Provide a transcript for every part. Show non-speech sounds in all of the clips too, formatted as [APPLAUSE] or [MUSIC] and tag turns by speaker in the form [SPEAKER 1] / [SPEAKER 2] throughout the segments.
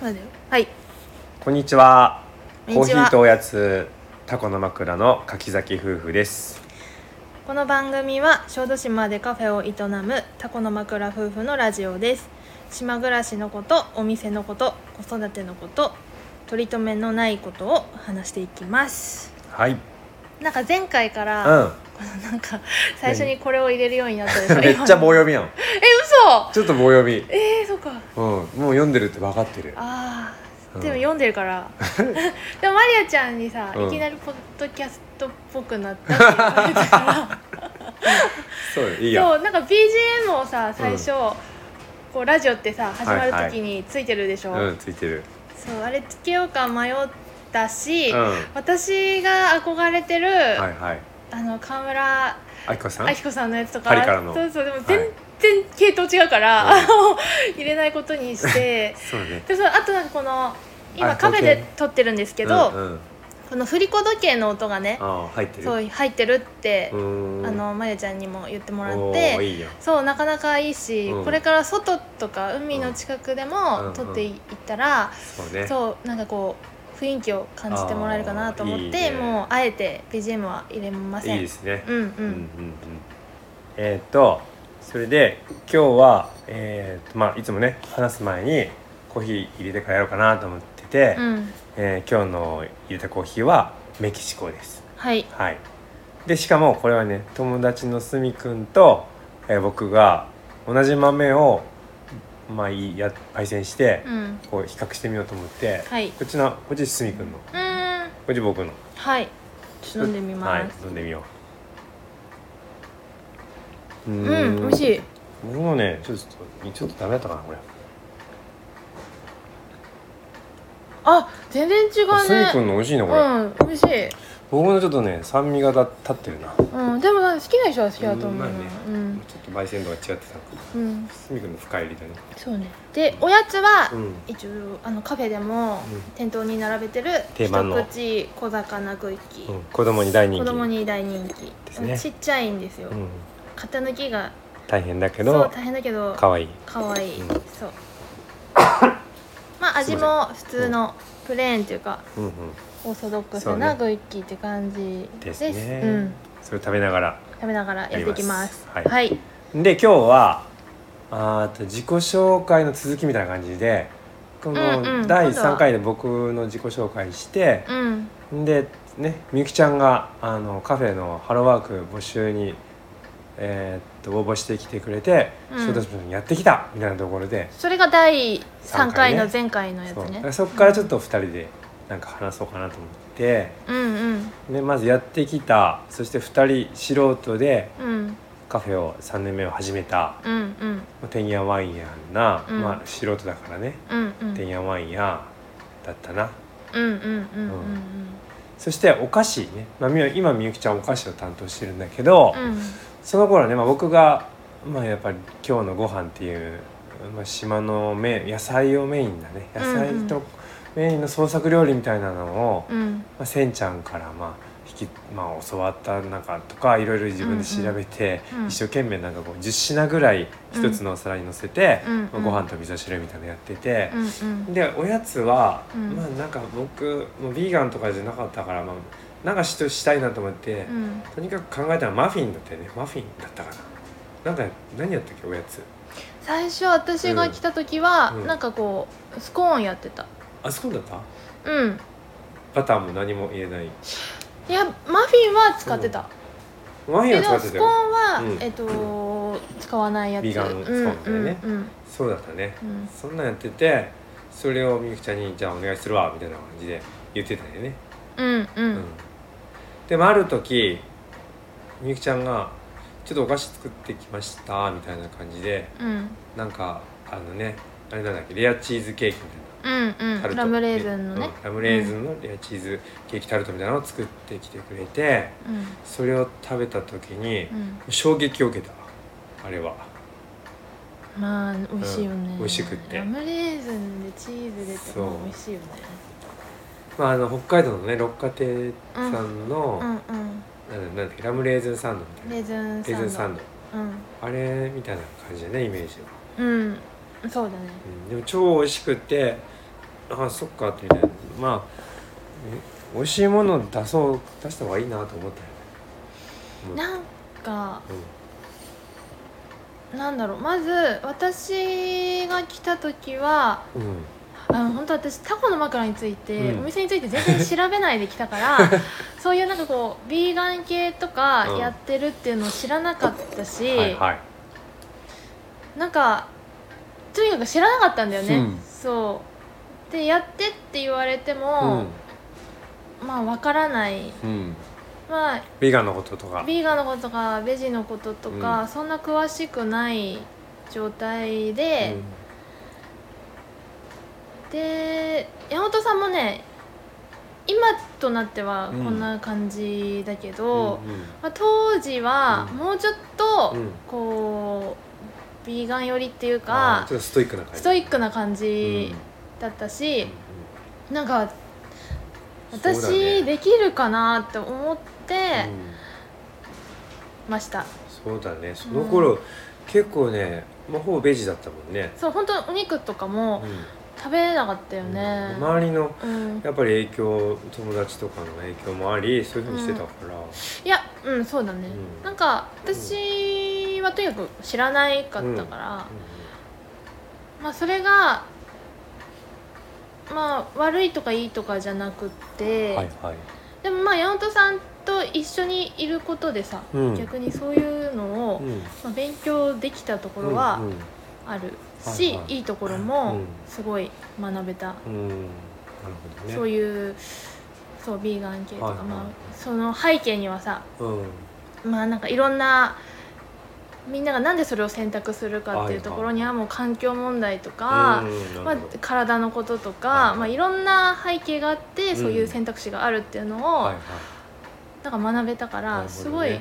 [SPEAKER 1] まだよはい
[SPEAKER 2] こんにちは。
[SPEAKER 1] こん
[SPEAKER 2] コー
[SPEAKER 1] にち
[SPEAKER 2] ヒ
[SPEAKER 1] は
[SPEAKER 2] ーとおやつ、タコの枕の柿崎夫婦です。
[SPEAKER 1] この番組は小豆島でカフェを営むタコの枕夫婦のラジオです島暮らしのことお店のこと子育てのこと取り留めのないことを話していきます
[SPEAKER 2] はい。うん。
[SPEAKER 1] なんか前回から、
[SPEAKER 2] め
[SPEAKER 1] なんか最初にこれを入れるようになったでし
[SPEAKER 2] [LAUGHS]
[SPEAKER 1] ょ
[SPEAKER 2] っちゃ棒
[SPEAKER 1] 今
[SPEAKER 2] 読みやん。
[SPEAKER 1] え嘘
[SPEAKER 2] ちょっと棒読み。
[SPEAKER 1] えー、そうか
[SPEAKER 2] うん。もう読んでるって分かってる。
[SPEAKER 1] あ
[SPEAKER 2] う
[SPEAKER 1] ー
[SPEAKER 2] ん
[SPEAKER 1] でも読んでるから
[SPEAKER 2] [LAUGHS]
[SPEAKER 1] でもマリアちゃんにさ、
[SPEAKER 2] うん
[SPEAKER 1] いきなりポッドキャストっぽくなったって言われたから
[SPEAKER 2] そうよいいや。
[SPEAKER 1] そうなんか BGM をさ最初、こうラジオってさ始まる時についてるでしょ、
[SPEAKER 2] うん、ついてる。
[SPEAKER 1] そうあれつけようか迷ったし、
[SPEAKER 2] うん。は
[SPEAKER 1] 私が憧れてる、
[SPEAKER 2] いはい。
[SPEAKER 1] あの河村
[SPEAKER 2] あきこさん。
[SPEAKER 1] あきこさんのやつとか
[SPEAKER 2] パリからの
[SPEAKER 1] そうそうでも
[SPEAKER 2] い
[SPEAKER 1] 全然系統違うから、
[SPEAKER 2] うん
[SPEAKER 1] あの入れないことにして
[SPEAKER 2] そうね。
[SPEAKER 1] でそうあとなんかこの今
[SPEAKER 2] あ
[SPEAKER 1] カフェ
[SPEAKER 2] 時
[SPEAKER 1] で
[SPEAKER 2] 計
[SPEAKER 1] 撮ってるんですけ
[SPEAKER 2] け
[SPEAKER 1] ど、
[SPEAKER 2] うんうん、
[SPEAKER 1] この振り子時計の音がね
[SPEAKER 2] あー、入ってる。
[SPEAKER 1] そう入ってるって、
[SPEAKER 2] うーん。
[SPEAKER 1] あのまゆちゃんにも言ってもらっ
[SPEAKER 2] おー
[SPEAKER 1] て。
[SPEAKER 2] いいやん。
[SPEAKER 1] そうなかなかいいし、
[SPEAKER 2] うん
[SPEAKER 1] これから外とか海の近くで
[SPEAKER 2] うんう
[SPEAKER 1] も
[SPEAKER 2] ん
[SPEAKER 1] 撮っていったら、
[SPEAKER 2] そうね。
[SPEAKER 1] そうなんかこう雰囲気を感じてもらえるかなと思って
[SPEAKER 2] あーいいね
[SPEAKER 1] もうあえて BGM は入れません
[SPEAKER 2] いいですね。
[SPEAKER 1] うんう
[SPEAKER 2] うんうんうん
[SPEAKER 1] ん、
[SPEAKER 2] えーっとそれで今日は、えーっとまあ、いつもね話す前にコーヒー入れてからやろうかなと思ってて、
[SPEAKER 1] うん
[SPEAKER 2] えー今日の入れたコーヒーはメキシコです。
[SPEAKER 1] はい
[SPEAKER 2] はい、でしかもこれはね友達のすみくんと、えー僕が同じ豆を、まあ、いいや焙煎して、
[SPEAKER 1] うんう
[SPEAKER 2] こう比較してみようと思って、
[SPEAKER 1] はい
[SPEAKER 2] こっちのこっちすみくんのこ
[SPEAKER 1] ーん
[SPEAKER 2] っち僕の。
[SPEAKER 1] はい飲んでみます
[SPEAKER 2] はい、飲んでみよう。
[SPEAKER 1] う
[SPEAKER 2] う
[SPEAKER 1] ん美味し
[SPEAKER 2] い。
[SPEAKER 1] い
[SPEAKER 2] 僕もね、ちょっと、ちょっとダメだったかな、これ。
[SPEAKER 1] あ全然違
[SPEAKER 2] あ、
[SPEAKER 1] う
[SPEAKER 2] すみく
[SPEAKER 1] ね
[SPEAKER 2] んの美味しいな、これ。
[SPEAKER 1] うん美味しい、
[SPEAKER 2] 僕のちょっとね、酸味がだ立ってるな。ちょっ
[SPEAKER 1] うん、でもなんか好きな人は好きだと思うな
[SPEAKER 2] うんまあね
[SPEAKER 1] うん、
[SPEAKER 2] と焙煎度が違ってたのか。
[SPEAKER 1] うん、
[SPEAKER 2] すみくんの深いりだね。
[SPEAKER 1] そうねでおやつは、
[SPEAKER 2] うん。
[SPEAKER 1] 一応あのカフェでも
[SPEAKER 2] うん
[SPEAKER 1] 店頭に並べてる
[SPEAKER 2] 定番の
[SPEAKER 1] 一口小魚クッキ
[SPEAKER 2] うん
[SPEAKER 1] ー、、
[SPEAKER 2] 子供に大人気。
[SPEAKER 1] 子供。に大人気
[SPEAKER 2] ですね
[SPEAKER 1] ちっちゃいんですよ、
[SPEAKER 2] うん。
[SPEAKER 1] 型抜きが
[SPEAKER 2] 大変だけ
[SPEAKER 1] そう
[SPEAKER 2] ど。
[SPEAKER 1] 大変だけど
[SPEAKER 2] 可愛いい。
[SPEAKER 1] かわいい、
[SPEAKER 2] うん
[SPEAKER 1] そうまあ味も普通のプレーンというか
[SPEAKER 2] うんうん。
[SPEAKER 1] オーソドックス
[SPEAKER 2] そう
[SPEAKER 1] な
[SPEAKER 2] ね
[SPEAKER 1] クッキーって感じで
[SPEAKER 2] です
[SPEAKER 1] す
[SPEAKER 2] ね。
[SPEAKER 1] うん、
[SPEAKER 2] それを食べながら。
[SPEAKER 1] 食べながらやっていきます
[SPEAKER 2] やります
[SPEAKER 1] は、
[SPEAKER 2] はいで今日はあーっと自己紹介の続きみたいな感じでこ
[SPEAKER 1] うんうん
[SPEAKER 2] の第
[SPEAKER 1] 今度は
[SPEAKER 2] 3回で僕の自己紹介して、
[SPEAKER 1] うん
[SPEAKER 2] でねみゆきちゃんがあのカフェのハローワーク募集に、えーっと応募してきてくれて
[SPEAKER 1] うん
[SPEAKER 2] 小豆島にやってきたみたいなところで、
[SPEAKER 1] それが第3
[SPEAKER 2] 三
[SPEAKER 1] 回
[SPEAKER 2] 回ね
[SPEAKER 1] の前回のやつ
[SPEAKER 2] そうだ
[SPEAKER 1] ね
[SPEAKER 2] からそこからちょっと2人でなんか話そうかなと思って、
[SPEAKER 1] うんうん
[SPEAKER 2] でまずやってきたそして2人素人で
[SPEAKER 1] うん
[SPEAKER 2] カフェを3年目を始めた
[SPEAKER 1] うんうん
[SPEAKER 2] てんやわんやんな、
[SPEAKER 1] うん
[SPEAKER 2] まあ素人だからね、
[SPEAKER 1] うんうん
[SPEAKER 2] てんやわんやだったな
[SPEAKER 1] うんうんうんうん
[SPEAKER 2] そしてお菓子ね、まあ、みゆ今みゆきちゃんお菓子を担当してるんだけど、
[SPEAKER 1] うんうん
[SPEAKER 2] その頃ね、まあ、僕が、まあ、やっぱり「今日のご飯っていう、まあ、島のメイン野菜をメインだね野菜
[SPEAKER 1] う
[SPEAKER 2] と
[SPEAKER 1] ん
[SPEAKER 2] メインの創作料理みたいなのを、
[SPEAKER 1] うん
[SPEAKER 2] まあ、せんちゃんからまあ引き、まあ、教わった中とかいろいろ自分で調べて、
[SPEAKER 1] うんうん
[SPEAKER 2] 一生懸命なんかこう10品ぐらい一つのお皿に乗せて、
[SPEAKER 1] うん
[SPEAKER 2] まあご飯と味噌汁みたいなのやってて。
[SPEAKER 1] うんうん
[SPEAKER 2] でおやつは、
[SPEAKER 1] うん
[SPEAKER 2] まあなんか僕もうビーガンとかじゃなかったから、まあ、なんかしとしたいなと思って、
[SPEAKER 1] うん
[SPEAKER 2] とにかく考えたらマフィンだったよねマフィンだったかななんか何やったっけおやつ
[SPEAKER 1] 最初私が来た時は、
[SPEAKER 2] うん
[SPEAKER 1] なんかこうスコーンやってた
[SPEAKER 2] あそこだった
[SPEAKER 1] うん
[SPEAKER 2] バターも何も入れない
[SPEAKER 1] いやマフィンは使ってた、
[SPEAKER 2] マフィン
[SPEAKER 1] けど
[SPEAKER 2] は使って
[SPEAKER 1] ス
[SPEAKER 2] た
[SPEAKER 1] コーン
[SPEAKER 2] よ
[SPEAKER 1] は、
[SPEAKER 2] うん
[SPEAKER 1] えっと使わないやつ
[SPEAKER 2] ビーガンのスコーンだよね
[SPEAKER 1] うんうん
[SPEAKER 2] そうだったね
[SPEAKER 1] うんうん
[SPEAKER 2] そんなんやっててそれをみゆきちゃんに「じゃあお願いするわ」みたいな感じで言ってたんだよね
[SPEAKER 1] うんう
[SPEAKER 2] うん
[SPEAKER 1] ん
[SPEAKER 2] でもある時みゆきちゃんが「ちょっとお菓子作ってきました」みたいな感じで
[SPEAKER 1] うん
[SPEAKER 2] なんかあのねあれなんだっけレアチーズケーキみ
[SPEAKER 1] うんう
[SPEAKER 2] たいなタル
[SPEAKER 1] ん
[SPEAKER 2] ト
[SPEAKER 1] ラムレーズンのね
[SPEAKER 2] うんラムレーズンのレアチーズケーキタルトみたいなのを作ってきてくれて
[SPEAKER 1] うん
[SPEAKER 2] それを食べた時に
[SPEAKER 1] うん
[SPEAKER 2] 衝撃を受けたあれは
[SPEAKER 1] まあ美味しいよね、
[SPEAKER 2] うん美味しくって
[SPEAKER 1] ラムレーズンでチーズでって
[SPEAKER 2] そう
[SPEAKER 1] もう美味しいよね
[SPEAKER 2] まああの北海道のね六花亭さんの、
[SPEAKER 1] うんうん
[SPEAKER 2] なんだなんだっけラムレーズンサンドみたいな
[SPEAKER 1] レーズンサンド
[SPEAKER 2] レーズンサンド
[SPEAKER 1] うん
[SPEAKER 2] あれみたいな感じだねイメージ
[SPEAKER 1] う
[SPEAKER 2] は、
[SPEAKER 1] んそうだね
[SPEAKER 2] うん、でも超美味しくってあそっかってねまあえ美味しいものを出そう出した方がいいなと思ったよね、
[SPEAKER 1] なんか
[SPEAKER 2] うん
[SPEAKER 1] なんだろうまず私が来た時は
[SPEAKER 2] うんうん、
[SPEAKER 1] あの本当私タコの枕について、
[SPEAKER 2] うん
[SPEAKER 1] お店について全然調べないで来たから
[SPEAKER 2] [LAUGHS]
[SPEAKER 1] そういうなんかこうビーガン系とかやってるっていうのを知らなかったし、
[SPEAKER 2] はいはい
[SPEAKER 1] なんかとにかく知らなかったんだよね、
[SPEAKER 2] うん
[SPEAKER 1] そうでやってって言われて
[SPEAKER 2] うん
[SPEAKER 1] も、まあわからない
[SPEAKER 2] うん
[SPEAKER 1] まあ
[SPEAKER 2] ビーガンのこととか
[SPEAKER 1] ビーガンのこととかベジのこととか、そんな詳しくない状態で、で山本さんもね今となってはこんな感じだけど、
[SPEAKER 2] うんうん
[SPEAKER 1] まあ、当時は
[SPEAKER 2] うん
[SPEAKER 1] もうちょっと
[SPEAKER 2] うん
[SPEAKER 1] こうビーガン寄りっていう
[SPEAKER 2] あ
[SPEAKER 1] か
[SPEAKER 2] ーちょっとストイックな感じ
[SPEAKER 1] ストイックな感
[SPEAKER 2] うん
[SPEAKER 1] じだったし、なんか
[SPEAKER 2] そうだね
[SPEAKER 1] 私できるかなって思って
[SPEAKER 2] うん
[SPEAKER 1] ました、
[SPEAKER 2] そうだねその頃、結構ねまあほぼベジだったもんね、
[SPEAKER 1] そう本当お肉とか
[SPEAKER 2] う
[SPEAKER 1] も
[SPEAKER 2] ん
[SPEAKER 1] 食べれなかったよね、うん
[SPEAKER 2] 周りのやっぱり影響友達とかの影響もありそういうふうにしてたから、
[SPEAKER 1] いやうんそうだね、
[SPEAKER 2] うん
[SPEAKER 1] なんか私はとにかく知らないかったから、まあそれがまあ悪いとかいいとかじゃなくって、
[SPEAKER 2] はいはい
[SPEAKER 1] でもまあ山本さんと一緒にいることでさ、
[SPEAKER 2] うん
[SPEAKER 1] 逆にそういうのを、
[SPEAKER 2] うん
[SPEAKER 1] まあ、勉強できたところはあるし、
[SPEAKER 2] はいはい
[SPEAKER 1] いいところ
[SPEAKER 2] う
[SPEAKER 1] も
[SPEAKER 2] ん
[SPEAKER 1] すごい学べた、
[SPEAKER 2] うんうん、うんなるほどね
[SPEAKER 1] そういうそうビーガン系とか、
[SPEAKER 2] はいはい
[SPEAKER 1] まあ、その背景にはさ
[SPEAKER 2] うん
[SPEAKER 1] まあなんかいろんなみんながなんでそれを選択するかっていうところにはもう環境問題とか、
[SPEAKER 2] うん
[SPEAKER 1] ま
[SPEAKER 2] な
[SPEAKER 1] あ
[SPEAKER 2] るほど、
[SPEAKER 1] 体のこととか、
[SPEAKER 2] はいはい
[SPEAKER 1] いまあ、いろんな背景があって
[SPEAKER 2] ん
[SPEAKER 1] そういう選択肢があるっていうのを、
[SPEAKER 2] はいは
[SPEAKER 1] なんか学べたか
[SPEAKER 2] な
[SPEAKER 1] ら、
[SPEAKER 2] るほどね
[SPEAKER 1] すごい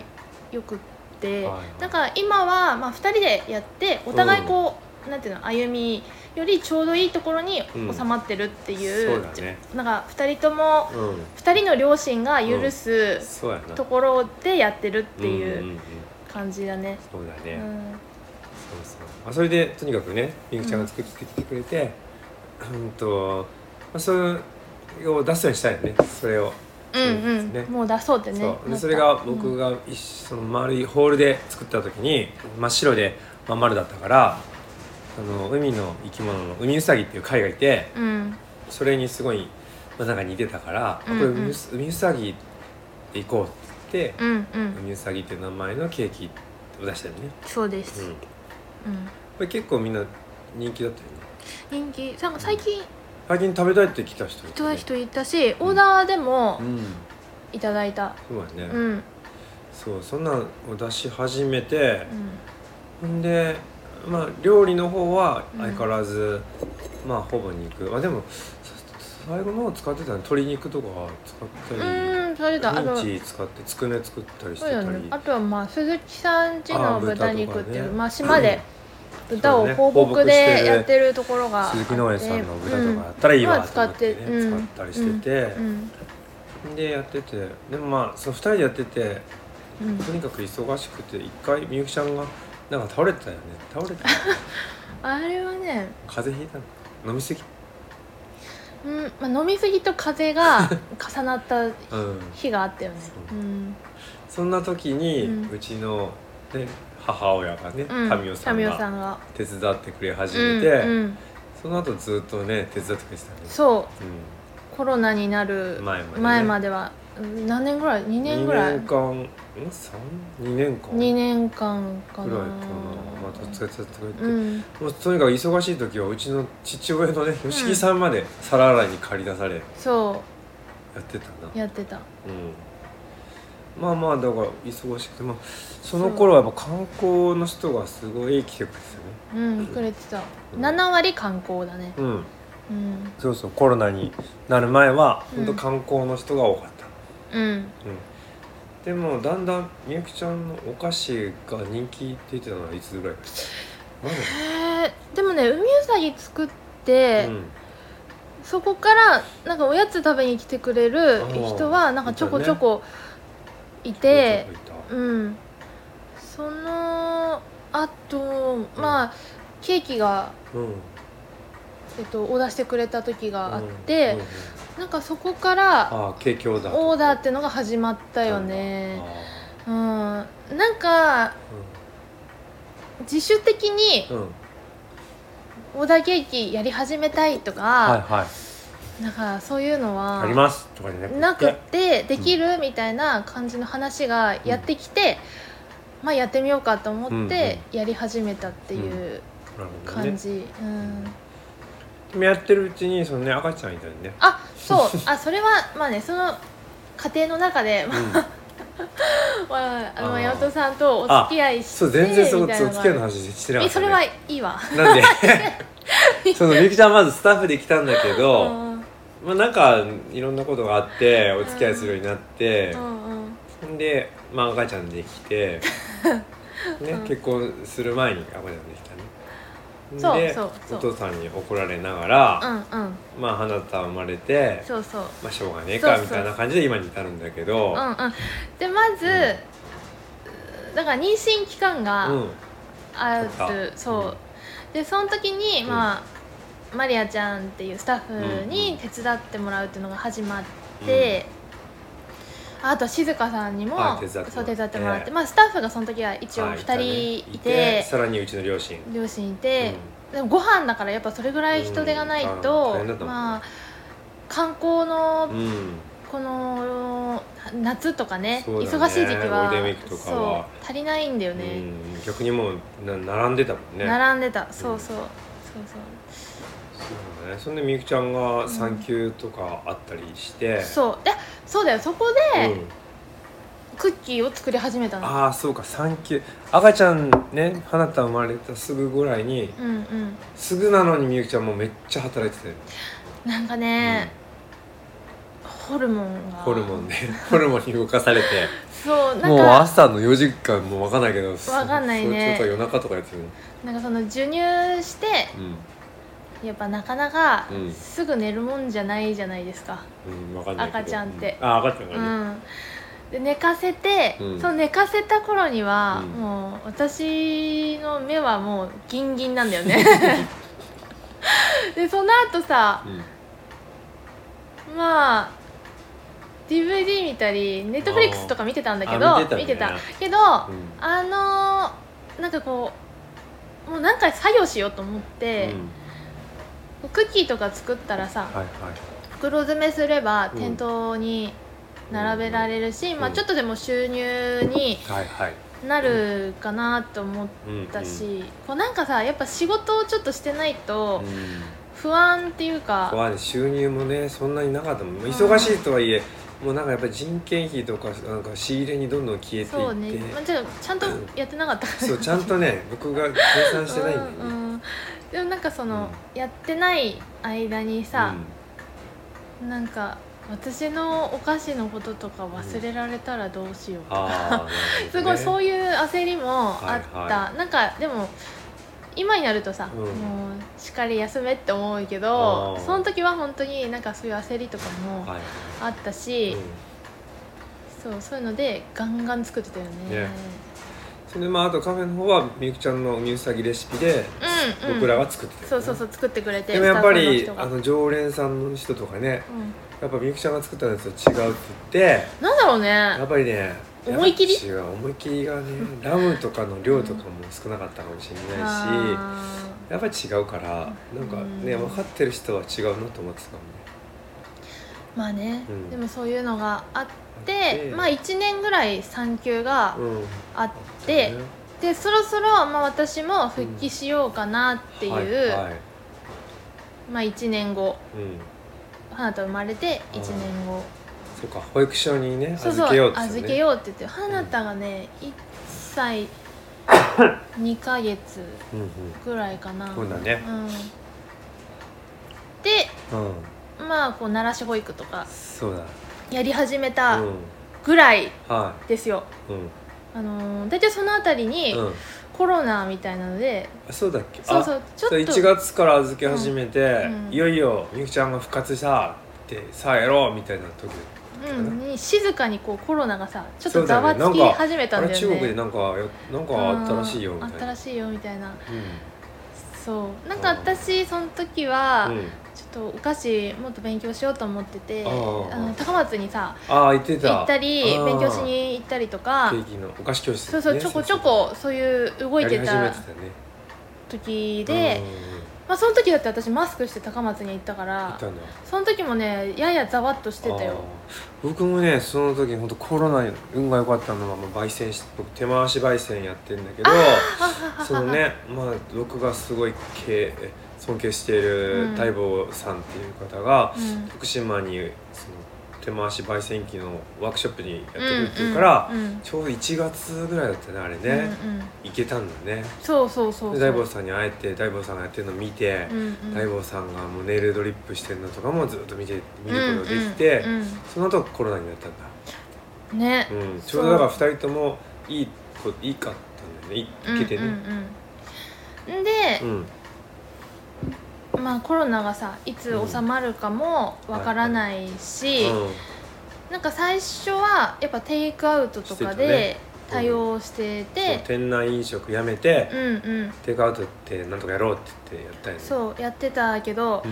[SPEAKER 1] よくって、
[SPEAKER 2] はいはい
[SPEAKER 1] なんか今は、まあ、2人でやってお互いこう、なんていうの歩みよりちょうどいいところに
[SPEAKER 2] うん
[SPEAKER 1] 収まってるっていう,、
[SPEAKER 2] そうだね
[SPEAKER 1] なんか2人とも
[SPEAKER 2] いうん
[SPEAKER 1] 2人の両親が許す
[SPEAKER 2] そうやな
[SPEAKER 1] ところでやってるってい
[SPEAKER 2] んん
[SPEAKER 1] ううん感じだね。
[SPEAKER 2] そうだね、
[SPEAKER 1] う
[SPEAKER 2] そうんそうあそれでとにかくねみゆきちゃんが作ってきてくれてうんとまあそれを出すようにしたいよねそれを
[SPEAKER 1] うんう
[SPEAKER 2] そうです
[SPEAKER 1] ん
[SPEAKER 2] ね
[SPEAKER 1] もう出そうってね
[SPEAKER 2] そう
[SPEAKER 1] な
[SPEAKER 2] で
[SPEAKER 1] った
[SPEAKER 2] それが僕が一その丸いホールで作った時に真っ白で真ん丸だったからその海の生き物のウミウサギっていう貝がいて
[SPEAKER 1] うん、うん
[SPEAKER 2] それにすごい、まあ、なんか似てたから、あ
[SPEAKER 1] うん
[SPEAKER 2] こ
[SPEAKER 1] う
[SPEAKER 2] れ
[SPEAKER 1] ん
[SPEAKER 2] ウミウスウミウサギで行こうって言って、
[SPEAKER 1] うんう
[SPEAKER 2] ウ
[SPEAKER 1] ん
[SPEAKER 2] ミウサギっていう名前のケーキを出したよね、
[SPEAKER 1] そうで
[SPEAKER 2] う
[SPEAKER 1] す、
[SPEAKER 2] ん、こ
[SPEAKER 1] うん、
[SPEAKER 2] れ結構みんな人気だったよね
[SPEAKER 1] 人気なんか最近
[SPEAKER 2] 最近食べたいって来た人い
[SPEAKER 1] 人
[SPEAKER 2] ね
[SPEAKER 1] は人いたしオーダーでも
[SPEAKER 2] うん
[SPEAKER 1] いただいた
[SPEAKER 2] そうだね、
[SPEAKER 1] うん、うん
[SPEAKER 2] そうそんなんを出し始めて、ほんでまあ料理の方は相変わらず、まあほぼ肉まあでもさ最後の方使ってたの鶏肉とか使った
[SPEAKER 1] う
[SPEAKER 2] り
[SPEAKER 1] ーんそれだあと
[SPEAKER 2] ミンチ使ってつくね作ったりし
[SPEAKER 1] そ
[SPEAKER 2] て
[SPEAKER 1] う
[SPEAKER 2] た
[SPEAKER 1] だ
[SPEAKER 2] り、
[SPEAKER 1] ねあとはまあ鈴木さん家
[SPEAKER 2] あ
[SPEAKER 1] の
[SPEAKER 2] ー豚とか
[SPEAKER 1] 豚
[SPEAKER 2] ね
[SPEAKER 1] 肉っていう、まあ島で豚
[SPEAKER 2] そう
[SPEAKER 1] を
[SPEAKER 2] だね
[SPEAKER 1] 放
[SPEAKER 2] 放牧
[SPEAKER 1] 牧
[SPEAKER 2] して
[SPEAKER 1] で
[SPEAKER 2] る
[SPEAKER 1] やってるところがあって
[SPEAKER 2] 鈴木農園さんの豚とかやったらいいわと思って、ね
[SPEAKER 1] うんまあ使
[SPEAKER 2] 使っ
[SPEAKER 1] って
[SPEAKER 2] たり
[SPEAKER 1] て
[SPEAKER 2] してて、
[SPEAKER 1] うん
[SPEAKER 2] でやっててでもまあその2人でやってて
[SPEAKER 1] うん、うん
[SPEAKER 2] とにかく忙しくて一回みゆきちゃんがなんか倒れてたよね倒
[SPEAKER 1] [LAUGHS]
[SPEAKER 2] れてた
[SPEAKER 1] あれはね、
[SPEAKER 2] 風邪ひいたの飲みすぎ
[SPEAKER 1] うんまあ、飲みすぎと風
[SPEAKER 2] [LAUGHS]
[SPEAKER 1] が重なった
[SPEAKER 2] うん
[SPEAKER 1] 日があったよね
[SPEAKER 2] そう
[SPEAKER 1] うん
[SPEAKER 2] そんな時に、う
[SPEAKER 1] うん
[SPEAKER 2] ちの、ね、母親がね、
[SPEAKER 1] うん
[SPEAKER 2] タミオさん
[SPEAKER 1] 民生さ
[SPEAKER 2] が
[SPEAKER 1] んが
[SPEAKER 2] 手伝ってくれ始めて、
[SPEAKER 1] うんうん
[SPEAKER 2] その後ずっとね手伝ってくれてたね、
[SPEAKER 1] そううコロナになる
[SPEAKER 2] ん、前まで、ね、
[SPEAKER 1] 前まではうん何年ぐらい2年ぐらい
[SPEAKER 2] 2年間ん三2年間
[SPEAKER 1] 2年間かな
[SPEAKER 2] ぐらいかなまた手伝ってくれて、
[SPEAKER 1] うん
[SPEAKER 2] もうとにかく忙しい時はうちの父親のね吉木さんまで皿洗いに借り出されや
[SPEAKER 1] そ
[SPEAKER 2] ってたな
[SPEAKER 1] うやってた
[SPEAKER 2] うんまあまあだから忙しくて、まあ、その頃はやっぱ観光の人がすごい来てくれてたね
[SPEAKER 1] うんくれてた
[SPEAKER 2] うん
[SPEAKER 1] 7割観光だね
[SPEAKER 2] うん
[SPEAKER 1] うん
[SPEAKER 2] そうそうコロナになる前は
[SPEAKER 1] う
[SPEAKER 2] 本
[SPEAKER 1] ん
[SPEAKER 2] 当観光の人が多かった、
[SPEAKER 1] うん
[SPEAKER 2] うんでもだんだんみゆきちゃんのお菓子が人気って言ってたのはいつぐらいまだ
[SPEAKER 1] へえでもね海うさぎ作って、
[SPEAKER 2] うん
[SPEAKER 1] そこからなんかおやつ食べに来てくれる人
[SPEAKER 2] あー
[SPEAKER 1] はなんかちょこちょこいて、
[SPEAKER 2] いた
[SPEAKER 1] うんそのあとまあケーキが
[SPEAKER 2] うん
[SPEAKER 1] えっと、オーダーしてくれた時があっ
[SPEAKER 2] うん
[SPEAKER 1] て
[SPEAKER 2] うん、
[SPEAKER 1] なんかそこから
[SPEAKER 2] ああ景況だ
[SPEAKER 1] オーダー
[SPEAKER 2] だ
[SPEAKER 1] ってのが始まったよねうんなんか自主的に
[SPEAKER 2] うん、うん、
[SPEAKER 1] オーダーケーキやり始めたいとか、
[SPEAKER 2] はいはい
[SPEAKER 1] なんかそういうのは
[SPEAKER 2] ありますとかじゃなくて
[SPEAKER 1] なくてできるみたいな感じの話がやってきて、まあやってみようかと思ってやり始めたっていう
[SPEAKER 2] なるほどね
[SPEAKER 1] 感じ、うん
[SPEAKER 2] でもやってるうちにそのね赤ちゃんいたよ
[SPEAKER 1] [LAUGHS]
[SPEAKER 2] ね
[SPEAKER 1] あそうあそれはまあねその家庭の中で、ま
[SPEAKER 2] うん
[SPEAKER 1] あ、あの
[SPEAKER 2] あー
[SPEAKER 1] 山本さんとお付き合いして
[SPEAKER 2] そう全然そ
[SPEAKER 1] み
[SPEAKER 2] こ
[SPEAKER 1] たい
[SPEAKER 2] そう
[SPEAKER 1] な
[SPEAKER 2] 付
[SPEAKER 1] の
[SPEAKER 2] き合いの
[SPEAKER 1] が
[SPEAKER 2] 話してな
[SPEAKER 1] え
[SPEAKER 2] かった、
[SPEAKER 1] そ
[SPEAKER 2] ね、
[SPEAKER 1] れはいいわ、
[SPEAKER 2] なんで [LAUGHS] そのみゆきちゃんまずスタッフで来たんだけ
[SPEAKER 1] う
[SPEAKER 2] ど、
[SPEAKER 1] んうん
[SPEAKER 2] まあなんかいろんなことがあってお付き合いするようになって、
[SPEAKER 1] うん
[SPEAKER 2] で、まあ、赤ちゃんでき
[SPEAKER 1] [LAUGHS]
[SPEAKER 2] て、ね
[SPEAKER 1] うん
[SPEAKER 2] 結婚する前に赤ちゃんできたね
[SPEAKER 1] そう
[SPEAKER 2] で
[SPEAKER 1] そうそう
[SPEAKER 2] お父さんに怒られながら、
[SPEAKER 1] うんうん
[SPEAKER 2] まあ花た生まれて
[SPEAKER 1] そうそう
[SPEAKER 2] まあしょうがねえ
[SPEAKER 1] そう
[SPEAKER 2] か
[SPEAKER 1] そう
[SPEAKER 2] みたいな感じで今に至るんだけ
[SPEAKER 1] う
[SPEAKER 2] ど
[SPEAKER 1] んうんでまず、だから妊娠期間が、
[SPEAKER 2] うん
[SPEAKER 1] あ
[SPEAKER 2] そっか
[SPEAKER 1] るそうでその時に、
[SPEAKER 2] うん
[SPEAKER 1] まあマリアちゃんっていうスタッフ
[SPEAKER 2] う
[SPEAKER 1] に
[SPEAKER 2] ん
[SPEAKER 1] 手伝ってもらうっていうのが始まって、あと静香さんにも
[SPEAKER 2] あ手伝ってもらって
[SPEAKER 1] そう手伝ってもらって、まあ、スタッフがその時は一応
[SPEAKER 2] は
[SPEAKER 1] 2
[SPEAKER 2] い
[SPEAKER 1] 人
[SPEAKER 2] たね
[SPEAKER 1] いて,、
[SPEAKER 2] さらにうちの両親
[SPEAKER 1] 両親いて、でもご飯だからやっぱそれぐらい人手がないと、
[SPEAKER 2] うんあ大変だと思う
[SPEAKER 1] まあ観光の
[SPEAKER 2] うん、うん
[SPEAKER 1] この夏とかね
[SPEAKER 2] そうだね
[SPEAKER 1] 忙しい時期は
[SPEAKER 2] ゴールデンウィークとかは
[SPEAKER 1] そう足りないんだよね、
[SPEAKER 2] うん逆にもうな並んでたもんね
[SPEAKER 1] 並んでたそう
[SPEAKER 2] うん
[SPEAKER 1] そう、そうそう
[SPEAKER 2] そうねそんでみゆきちゃんが産休とかあったりして、
[SPEAKER 1] そうえそうだよそこ
[SPEAKER 2] う
[SPEAKER 1] で
[SPEAKER 2] ん
[SPEAKER 1] クッキーを作り始めたの、
[SPEAKER 2] ああそうか産休赤ちゃんね花た生まれたすぐぐらいに
[SPEAKER 1] うん、うん
[SPEAKER 2] すぐなのにみゆきちゃんもうめっちゃ働いてたよ、
[SPEAKER 1] なんかね、ホルモンが
[SPEAKER 2] ホルモンね [LAUGHS] ホルモンに動かされて
[SPEAKER 1] そうな
[SPEAKER 2] も
[SPEAKER 1] ん
[SPEAKER 2] う
[SPEAKER 1] か
[SPEAKER 2] 朝の4時間もう分かんないけど
[SPEAKER 1] わかんないね
[SPEAKER 2] そうそうちょっと夜中とかやってるの
[SPEAKER 1] なんかその授乳してやっぱなかなか
[SPEAKER 2] うん
[SPEAKER 1] すぐ寝るもんじゃないじゃないですか
[SPEAKER 2] うん、うん、わかんないけど
[SPEAKER 1] 赤ちゃんって
[SPEAKER 2] うあ赤ちゃん
[SPEAKER 1] う
[SPEAKER 2] が
[SPEAKER 1] ん、
[SPEAKER 2] ね、
[SPEAKER 1] で寝かせて、
[SPEAKER 2] うん
[SPEAKER 1] その寝かせた頃には、
[SPEAKER 2] うん
[SPEAKER 1] もう私の目はもうギンギンなんだよ
[SPEAKER 2] [LAUGHS]
[SPEAKER 1] ねでその後さ、
[SPEAKER 2] うん
[SPEAKER 1] まあ DVD 見たりネットフリックスとか見てたんだけど
[SPEAKER 2] あ見てたんだよな
[SPEAKER 1] けど、
[SPEAKER 2] うん
[SPEAKER 1] あのーなんかこうもう何回作業しようと思って
[SPEAKER 2] う、ん
[SPEAKER 1] クッキーとか作ったらさ
[SPEAKER 2] はいはい
[SPEAKER 1] 袋詰めすれば
[SPEAKER 2] うん
[SPEAKER 1] 店頭に並べられるし、
[SPEAKER 2] うん
[SPEAKER 1] まあ、ちょっとでも収入に
[SPEAKER 2] はいはい
[SPEAKER 1] なるかなと思っ
[SPEAKER 2] うんうん
[SPEAKER 1] たし、こうなんかさやっぱ仕事をちょっとしてないと
[SPEAKER 2] うん
[SPEAKER 1] 不安っていうか、
[SPEAKER 2] はね収入もねそんなになかったもん忙しいとはいえもうなんかやっぱり人件費とかなんか仕入れにどんどん消えて
[SPEAKER 1] そう
[SPEAKER 2] い
[SPEAKER 1] ね
[SPEAKER 2] っ、
[SPEAKER 1] まあ、
[SPEAKER 2] て
[SPEAKER 1] ちょっとちゃんとやってなかったから
[SPEAKER 2] そうちゃんとね僕が計算してないんだよね
[SPEAKER 1] うんうんでもなんかその、やってない間にさ、なんか私のお菓子のこととか忘れられたらどうしようとか、
[SPEAKER 2] ああ
[SPEAKER 1] すごいそう
[SPEAKER 2] いう
[SPEAKER 1] いう焦りもあった、
[SPEAKER 2] はいは
[SPEAKER 1] なんかでも今になるとさ、
[SPEAKER 2] うん
[SPEAKER 1] もうしっかり休めって思うけど
[SPEAKER 2] あー
[SPEAKER 1] その時は本当になんかそういう焦りとか
[SPEAKER 2] う
[SPEAKER 1] も
[SPEAKER 2] はい
[SPEAKER 1] あったし、
[SPEAKER 2] うん
[SPEAKER 1] そうそういうのでガンガン作ってたよね
[SPEAKER 2] ねそれでまああとカフェの方はみゆきちゃんの海うさぎレシピで
[SPEAKER 1] うん、うん、
[SPEAKER 2] 僕らが作ってた
[SPEAKER 1] そ
[SPEAKER 2] よ
[SPEAKER 1] う
[SPEAKER 2] ね
[SPEAKER 1] そうそう作ってくれて
[SPEAKER 2] でもやっぱ
[SPEAKER 1] ス
[SPEAKER 2] り
[SPEAKER 1] タッフの人が
[SPEAKER 2] あの常連さんの人とかね
[SPEAKER 1] うん
[SPEAKER 2] やっぱみゆきちゃんが作ったやつと違うって言って
[SPEAKER 1] なんだろうね
[SPEAKER 2] やっぱりね
[SPEAKER 1] 思い切り
[SPEAKER 2] やっぱ違う思い切りがねラムとかの量とかも少なかったかもしれないし
[SPEAKER 1] あ
[SPEAKER 2] やっぱり違うからなんかね
[SPEAKER 1] うん
[SPEAKER 2] 分かってる人は違うなと思ってたもんね
[SPEAKER 1] ーまあね、
[SPEAKER 2] うん
[SPEAKER 1] でもそういうのがあって、
[SPEAKER 2] で
[SPEAKER 1] まあ1年ぐらい産休が
[SPEAKER 2] うん
[SPEAKER 1] あって、でそろそろまあ私も復帰しようかなっていう、
[SPEAKER 2] はいはい
[SPEAKER 1] まあ1年後
[SPEAKER 2] うん
[SPEAKER 1] 花と生まれて1年後、
[SPEAKER 2] そうか保育所にね
[SPEAKER 1] そうそう
[SPEAKER 2] 預けようって言ってた
[SPEAKER 1] 預
[SPEAKER 2] ね
[SPEAKER 1] けようって言って花たがね1歳2ヶ月
[SPEAKER 2] うん
[SPEAKER 1] ぐらいかな
[SPEAKER 2] そうだね
[SPEAKER 1] うん、で
[SPEAKER 2] うんうん
[SPEAKER 1] まあこう奈良市保育とか
[SPEAKER 2] そう
[SPEAKER 1] やり始め
[SPEAKER 2] だ
[SPEAKER 1] た
[SPEAKER 2] うん
[SPEAKER 1] ぐらい
[SPEAKER 2] は
[SPEAKER 1] ですよ、
[SPEAKER 2] いうん
[SPEAKER 1] あのー大体そのあたりに
[SPEAKER 2] うん
[SPEAKER 1] コロナみたいなので、
[SPEAKER 2] あそうだっけ
[SPEAKER 1] そう
[SPEAKER 2] う
[SPEAKER 1] そうちょっと
[SPEAKER 2] 1月から預け始めて
[SPEAKER 1] うんうん
[SPEAKER 2] いよいよみゆきちゃんが復活したってさあやろうみたいな時
[SPEAKER 1] うん、に静かにこうコロナがさちょっ
[SPEAKER 2] そ
[SPEAKER 1] と
[SPEAKER 2] うだ
[SPEAKER 1] ざ
[SPEAKER 2] よね
[SPEAKER 1] わつき始めた
[SPEAKER 2] あ
[SPEAKER 1] ん
[SPEAKER 2] れ
[SPEAKER 1] だ
[SPEAKER 2] 中
[SPEAKER 1] よ
[SPEAKER 2] 国で
[SPEAKER 1] ね
[SPEAKER 2] なんかやなんかあったらしいよみ
[SPEAKER 1] あ
[SPEAKER 2] たい
[SPEAKER 1] った
[SPEAKER 2] な
[SPEAKER 1] らしいよみたいな
[SPEAKER 2] うん
[SPEAKER 1] そうなんか私その時は、ちょっとお菓子もっと勉強しようと思ってて
[SPEAKER 2] あー
[SPEAKER 1] あの高松にさ
[SPEAKER 2] ああ行ってた
[SPEAKER 1] 行ったり
[SPEAKER 2] あー
[SPEAKER 1] 勉強しに行ったりとか
[SPEAKER 2] ケーキのお菓子教室、ね、
[SPEAKER 1] そうそうちょこちょこそういう動いて
[SPEAKER 2] やり
[SPEAKER 1] た
[SPEAKER 2] 始めてたね
[SPEAKER 1] 時で、まあ、その時だって私マスクして高松に行ったか
[SPEAKER 2] うん行
[SPEAKER 1] ら
[SPEAKER 2] ったんだ
[SPEAKER 1] その時もねややざわっとしてたよ
[SPEAKER 2] あー僕もねその時本当コロナ運が良かったのは、まあ、焙煎し僕手回し焙煎やってんだけどそのねまあ僕がすごい敬尊敬してい
[SPEAKER 1] う
[SPEAKER 2] る
[SPEAKER 1] ん
[SPEAKER 2] 大坊さんっていう方が、
[SPEAKER 1] うん
[SPEAKER 2] 徳島にその手回し焙煎機のワークショップにやってるっていうから、
[SPEAKER 1] うんうん
[SPEAKER 2] ちょうど1月ぐらいだったねあれね、
[SPEAKER 1] うんうん
[SPEAKER 2] 行けたんだね
[SPEAKER 1] そうそうそうそう
[SPEAKER 2] で大坊さんに会えて大坊さんがやってるの見て、
[SPEAKER 1] うんうん
[SPEAKER 2] 大坊さんがもうネイルドリップしてるのとかもずっと見て見ることができて、
[SPEAKER 1] うんうん
[SPEAKER 2] その後コロナになったんだ
[SPEAKER 1] うんね、
[SPEAKER 2] うん、ちょうどだから2人ともいいこいいかったんだよねいいけて
[SPEAKER 1] うん
[SPEAKER 2] ね
[SPEAKER 1] うんうん、で
[SPEAKER 2] う、ん
[SPEAKER 1] まあ、コロナがさいつ収まるかもわからないし、
[SPEAKER 2] う
[SPEAKER 1] なんか最初はやっぱテイクアウトとかで
[SPEAKER 2] してたね
[SPEAKER 1] 対応して
[SPEAKER 2] ん、
[SPEAKER 1] て、
[SPEAKER 2] 店内飲食やめて、
[SPEAKER 1] うんうん
[SPEAKER 2] テイクアウトってなんとかやろうって言ってやったよねう、
[SPEAKER 1] そうやってたけど
[SPEAKER 2] ん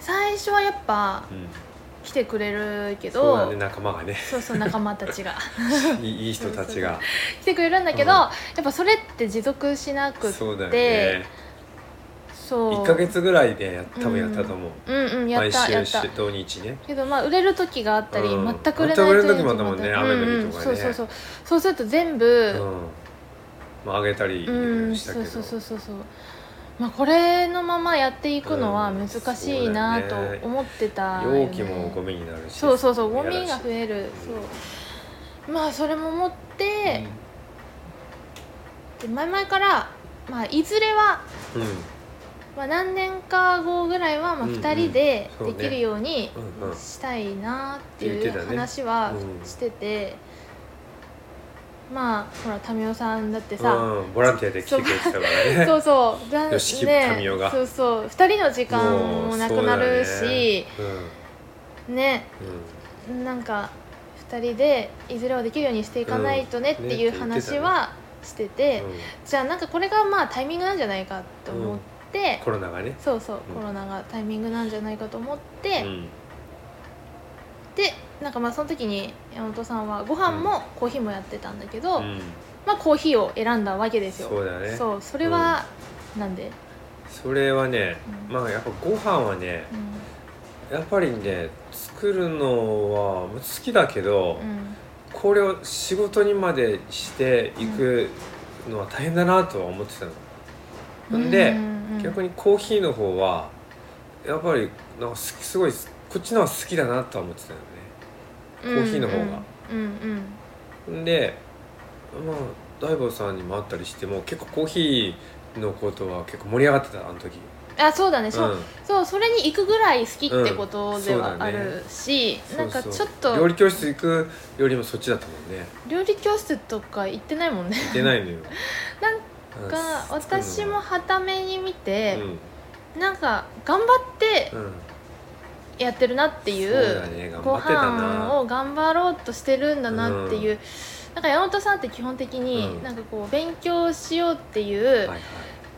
[SPEAKER 1] 最初はやっぱ
[SPEAKER 2] うん、
[SPEAKER 1] 来てくれるけ
[SPEAKER 2] そうだ
[SPEAKER 1] ど
[SPEAKER 2] ね仲間
[SPEAKER 1] [LAUGHS]
[SPEAKER 2] がね
[SPEAKER 1] そうそう仲間たちが [LAUGHS]
[SPEAKER 2] いいいい人たちが
[SPEAKER 1] 来てくれるんだけど、
[SPEAKER 2] うん
[SPEAKER 1] やっぱそれって持続しなくって
[SPEAKER 2] そうだよね
[SPEAKER 1] そう
[SPEAKER 2] 1か月ぐらいでや多分やったと思
[SPEAKER 1] う
[SPEAKER 2] う、
[SPEAKER 1] んうんやっ
[SPEAKER 2] 毎
[SPEAKER 1] たや
[SPEAKER 2] 週
[SPEAKER 1] った
[SPEAKER 2] し土日ね
[SPEAKER 1] けどまあ売れる時があったり、
[SPEAKER 2] うん
[SPEAKER 1] 全く売れない
[SPEAKER 2] 全く売れる時もあったもんね
[SPEAKER 1] あったり
[SPEAKER 2] 雨の日とかね
[SPEAKER 1] うんうん、そうそうそうそうすると全
[SPEAKER 2] うん、
[SPEAKER 1] 部
[SPEAKER 2] まああげたり
[SPEAKER 1] うん、
[SPEAKER 2] したけ
[SPEAKER 1] そ
[SPEAKER 2] ど、
[SPEAKER 1] うそうそうそうそうまあこれのままやっていくのは難しいな
[SPEAKER 2] うんそうだね
[SPEAKER 1] と思ってたよね、
[SPEAKER 2] 容器もゴミになるし
[SPEAKER 1] そうそうそうゴミ
[SPEAKER 2] 嫌
[SPEAKER 1] が
[SPEAKER 2] だし
[SPEAKER 1] 増えるそうまあそれも思って、で前々からまあいずれは、
[SPEAKER 2] うん、うん
[SPEAKER 1] まあ、何年か後ぐらいはまあ
[SPEAKER 2] うんうん
[SPEAKER 1] 2人で
[SPEAKER 2] そう
[SPEAKER 1] で
[SPEAKER 2] ね
[SPEAKER 1] きるように
[SPEAKER 2] うんうん
[SPEAKER 1] したいなってい
[SPEAKER 2] 言
[SPEAKER 1] う
[SPEAKER 2] ってたね
[SPEAKER 1] 話は
[SPEAKER 2] うん
[SPEAKER 1] してて、まあほら民生さんだってさ、
[SPEAKER 2] うん、ボランティアで来てくれてたからね。
[SPEAKER 1] そうそう
[SPEAKER 2] [LAUGHS]
[SPEAKER 1] だ
[SPEAKER 2] 吉木民生が
[SPEAKER 1] そうそう2人の時間もなくなる
[SPEAKER 2] もうそうだ
[SPEAKER 1] し
[SPEAKER 2] ねうん
[SPEAKER 1] ね
[SPEAKER 2] うん
[SPEAKER 1] なんか2人でいずれはできるようにしていかないとねっ
[SPEAKER 2] うん
[SPEAKER 1] ていう
[SPEAKER 2] ね
[SPEAKER 1] 話はしてて、じゃあなんかこれがまあタイミングなんじゃないかと思って、
[SPEAKER 2] コロナがね。
[SPEAKER 1] そうそう
[SPEAKER 2] うん
[SPEAKER 1] コロナがタイミングなんじゃないかと思って、
[SPEAKER 2] うん
[SPEAKER 1] でなんかまあその時に山本さんはご飯もコーヒーもやってたんだけど、
[SPEAKER 2] うん
[SPEAKER 1] まあコーヒーを選んだわけですよ
[SPEAKER 2] そうだね
[SPEAKER 1] そうそれは、なんで、
[SPEAKER 2] それはね、
[SPEAKER 1] うん
[SPEAKER 2] まあやっぱご飯はね、
[SPEAKER 1] う
[SPEAKER 2] やっぱりね、作るのは好きだけ
[SPEAKER 1] んう
[SPEAKER 2] ど、
[SPEAKER 1] ん、
[SPEAKER 2] これを仕事にまでしていくのは大変だなとは思ってたの。なんで、逆
[SPEAKER 1] に
[SPEAKER 2] にコーヒーの方はやっぱりなんかすすごいこっちの方が好きだなとは思ってたよね。
[SPEAKER 1] コ
[SPEAKER 2] ーヒーの方が
[SPEAKER 1] うんうん
[SPEAKER 2] でまあ大悟さんにも会ったりしても結構コーヒーのことは結構盛り上がってたあの時
[SPEAKER 1] あそうだねそう,、
[SPEAKER 2] ん、
[SPEAKER 1] そうそれに行くぐらい好きってことで
[SPEAKER 2] う
[SPEAKER 1] は
[SPEAKER 2] ん
[SPEAKER 1] あるし、
[SPEAKER 2] そう
[SPEAKER 1] なんか
[SPEAKER 2] そう
[SPEAKER 1] ちょっと
[SPEAKER 2] 料理教室行くよりもそっちだったもんね
[SPEAKER 1] 料理教室とか行って [LAUGHS] ないもんね
[SPEAKER 2] 行ってないのよ
[SPEAKER 1] なんか
[SPEAKER 2] うん
[SPEAKER 1] [LAUGHS] 私もはために見
[SPEAKER 2] う
[SPEAKER 1] て、
[SPEAKER 2] ん、
[SPEAKER 1] なんか頑張って
[SPEAKER 2] うん、
[SPEAKER 1] やってるなってい
[SPEAKER 2] そう
[SPEAKER 1] う
[SPEAKER 2] だね頑張
[SPEAKER 1] ご
[SPEAKER 2] ってたな
[SPEAKER 1] 飯を頑張ろうとしてるんだなっていう、なんか山本さんって基本的に、
[SPEAKER 2] うん
[SPEAKER 1] なんかこう勉強しようっていう
[SPEAKER 2] はいはい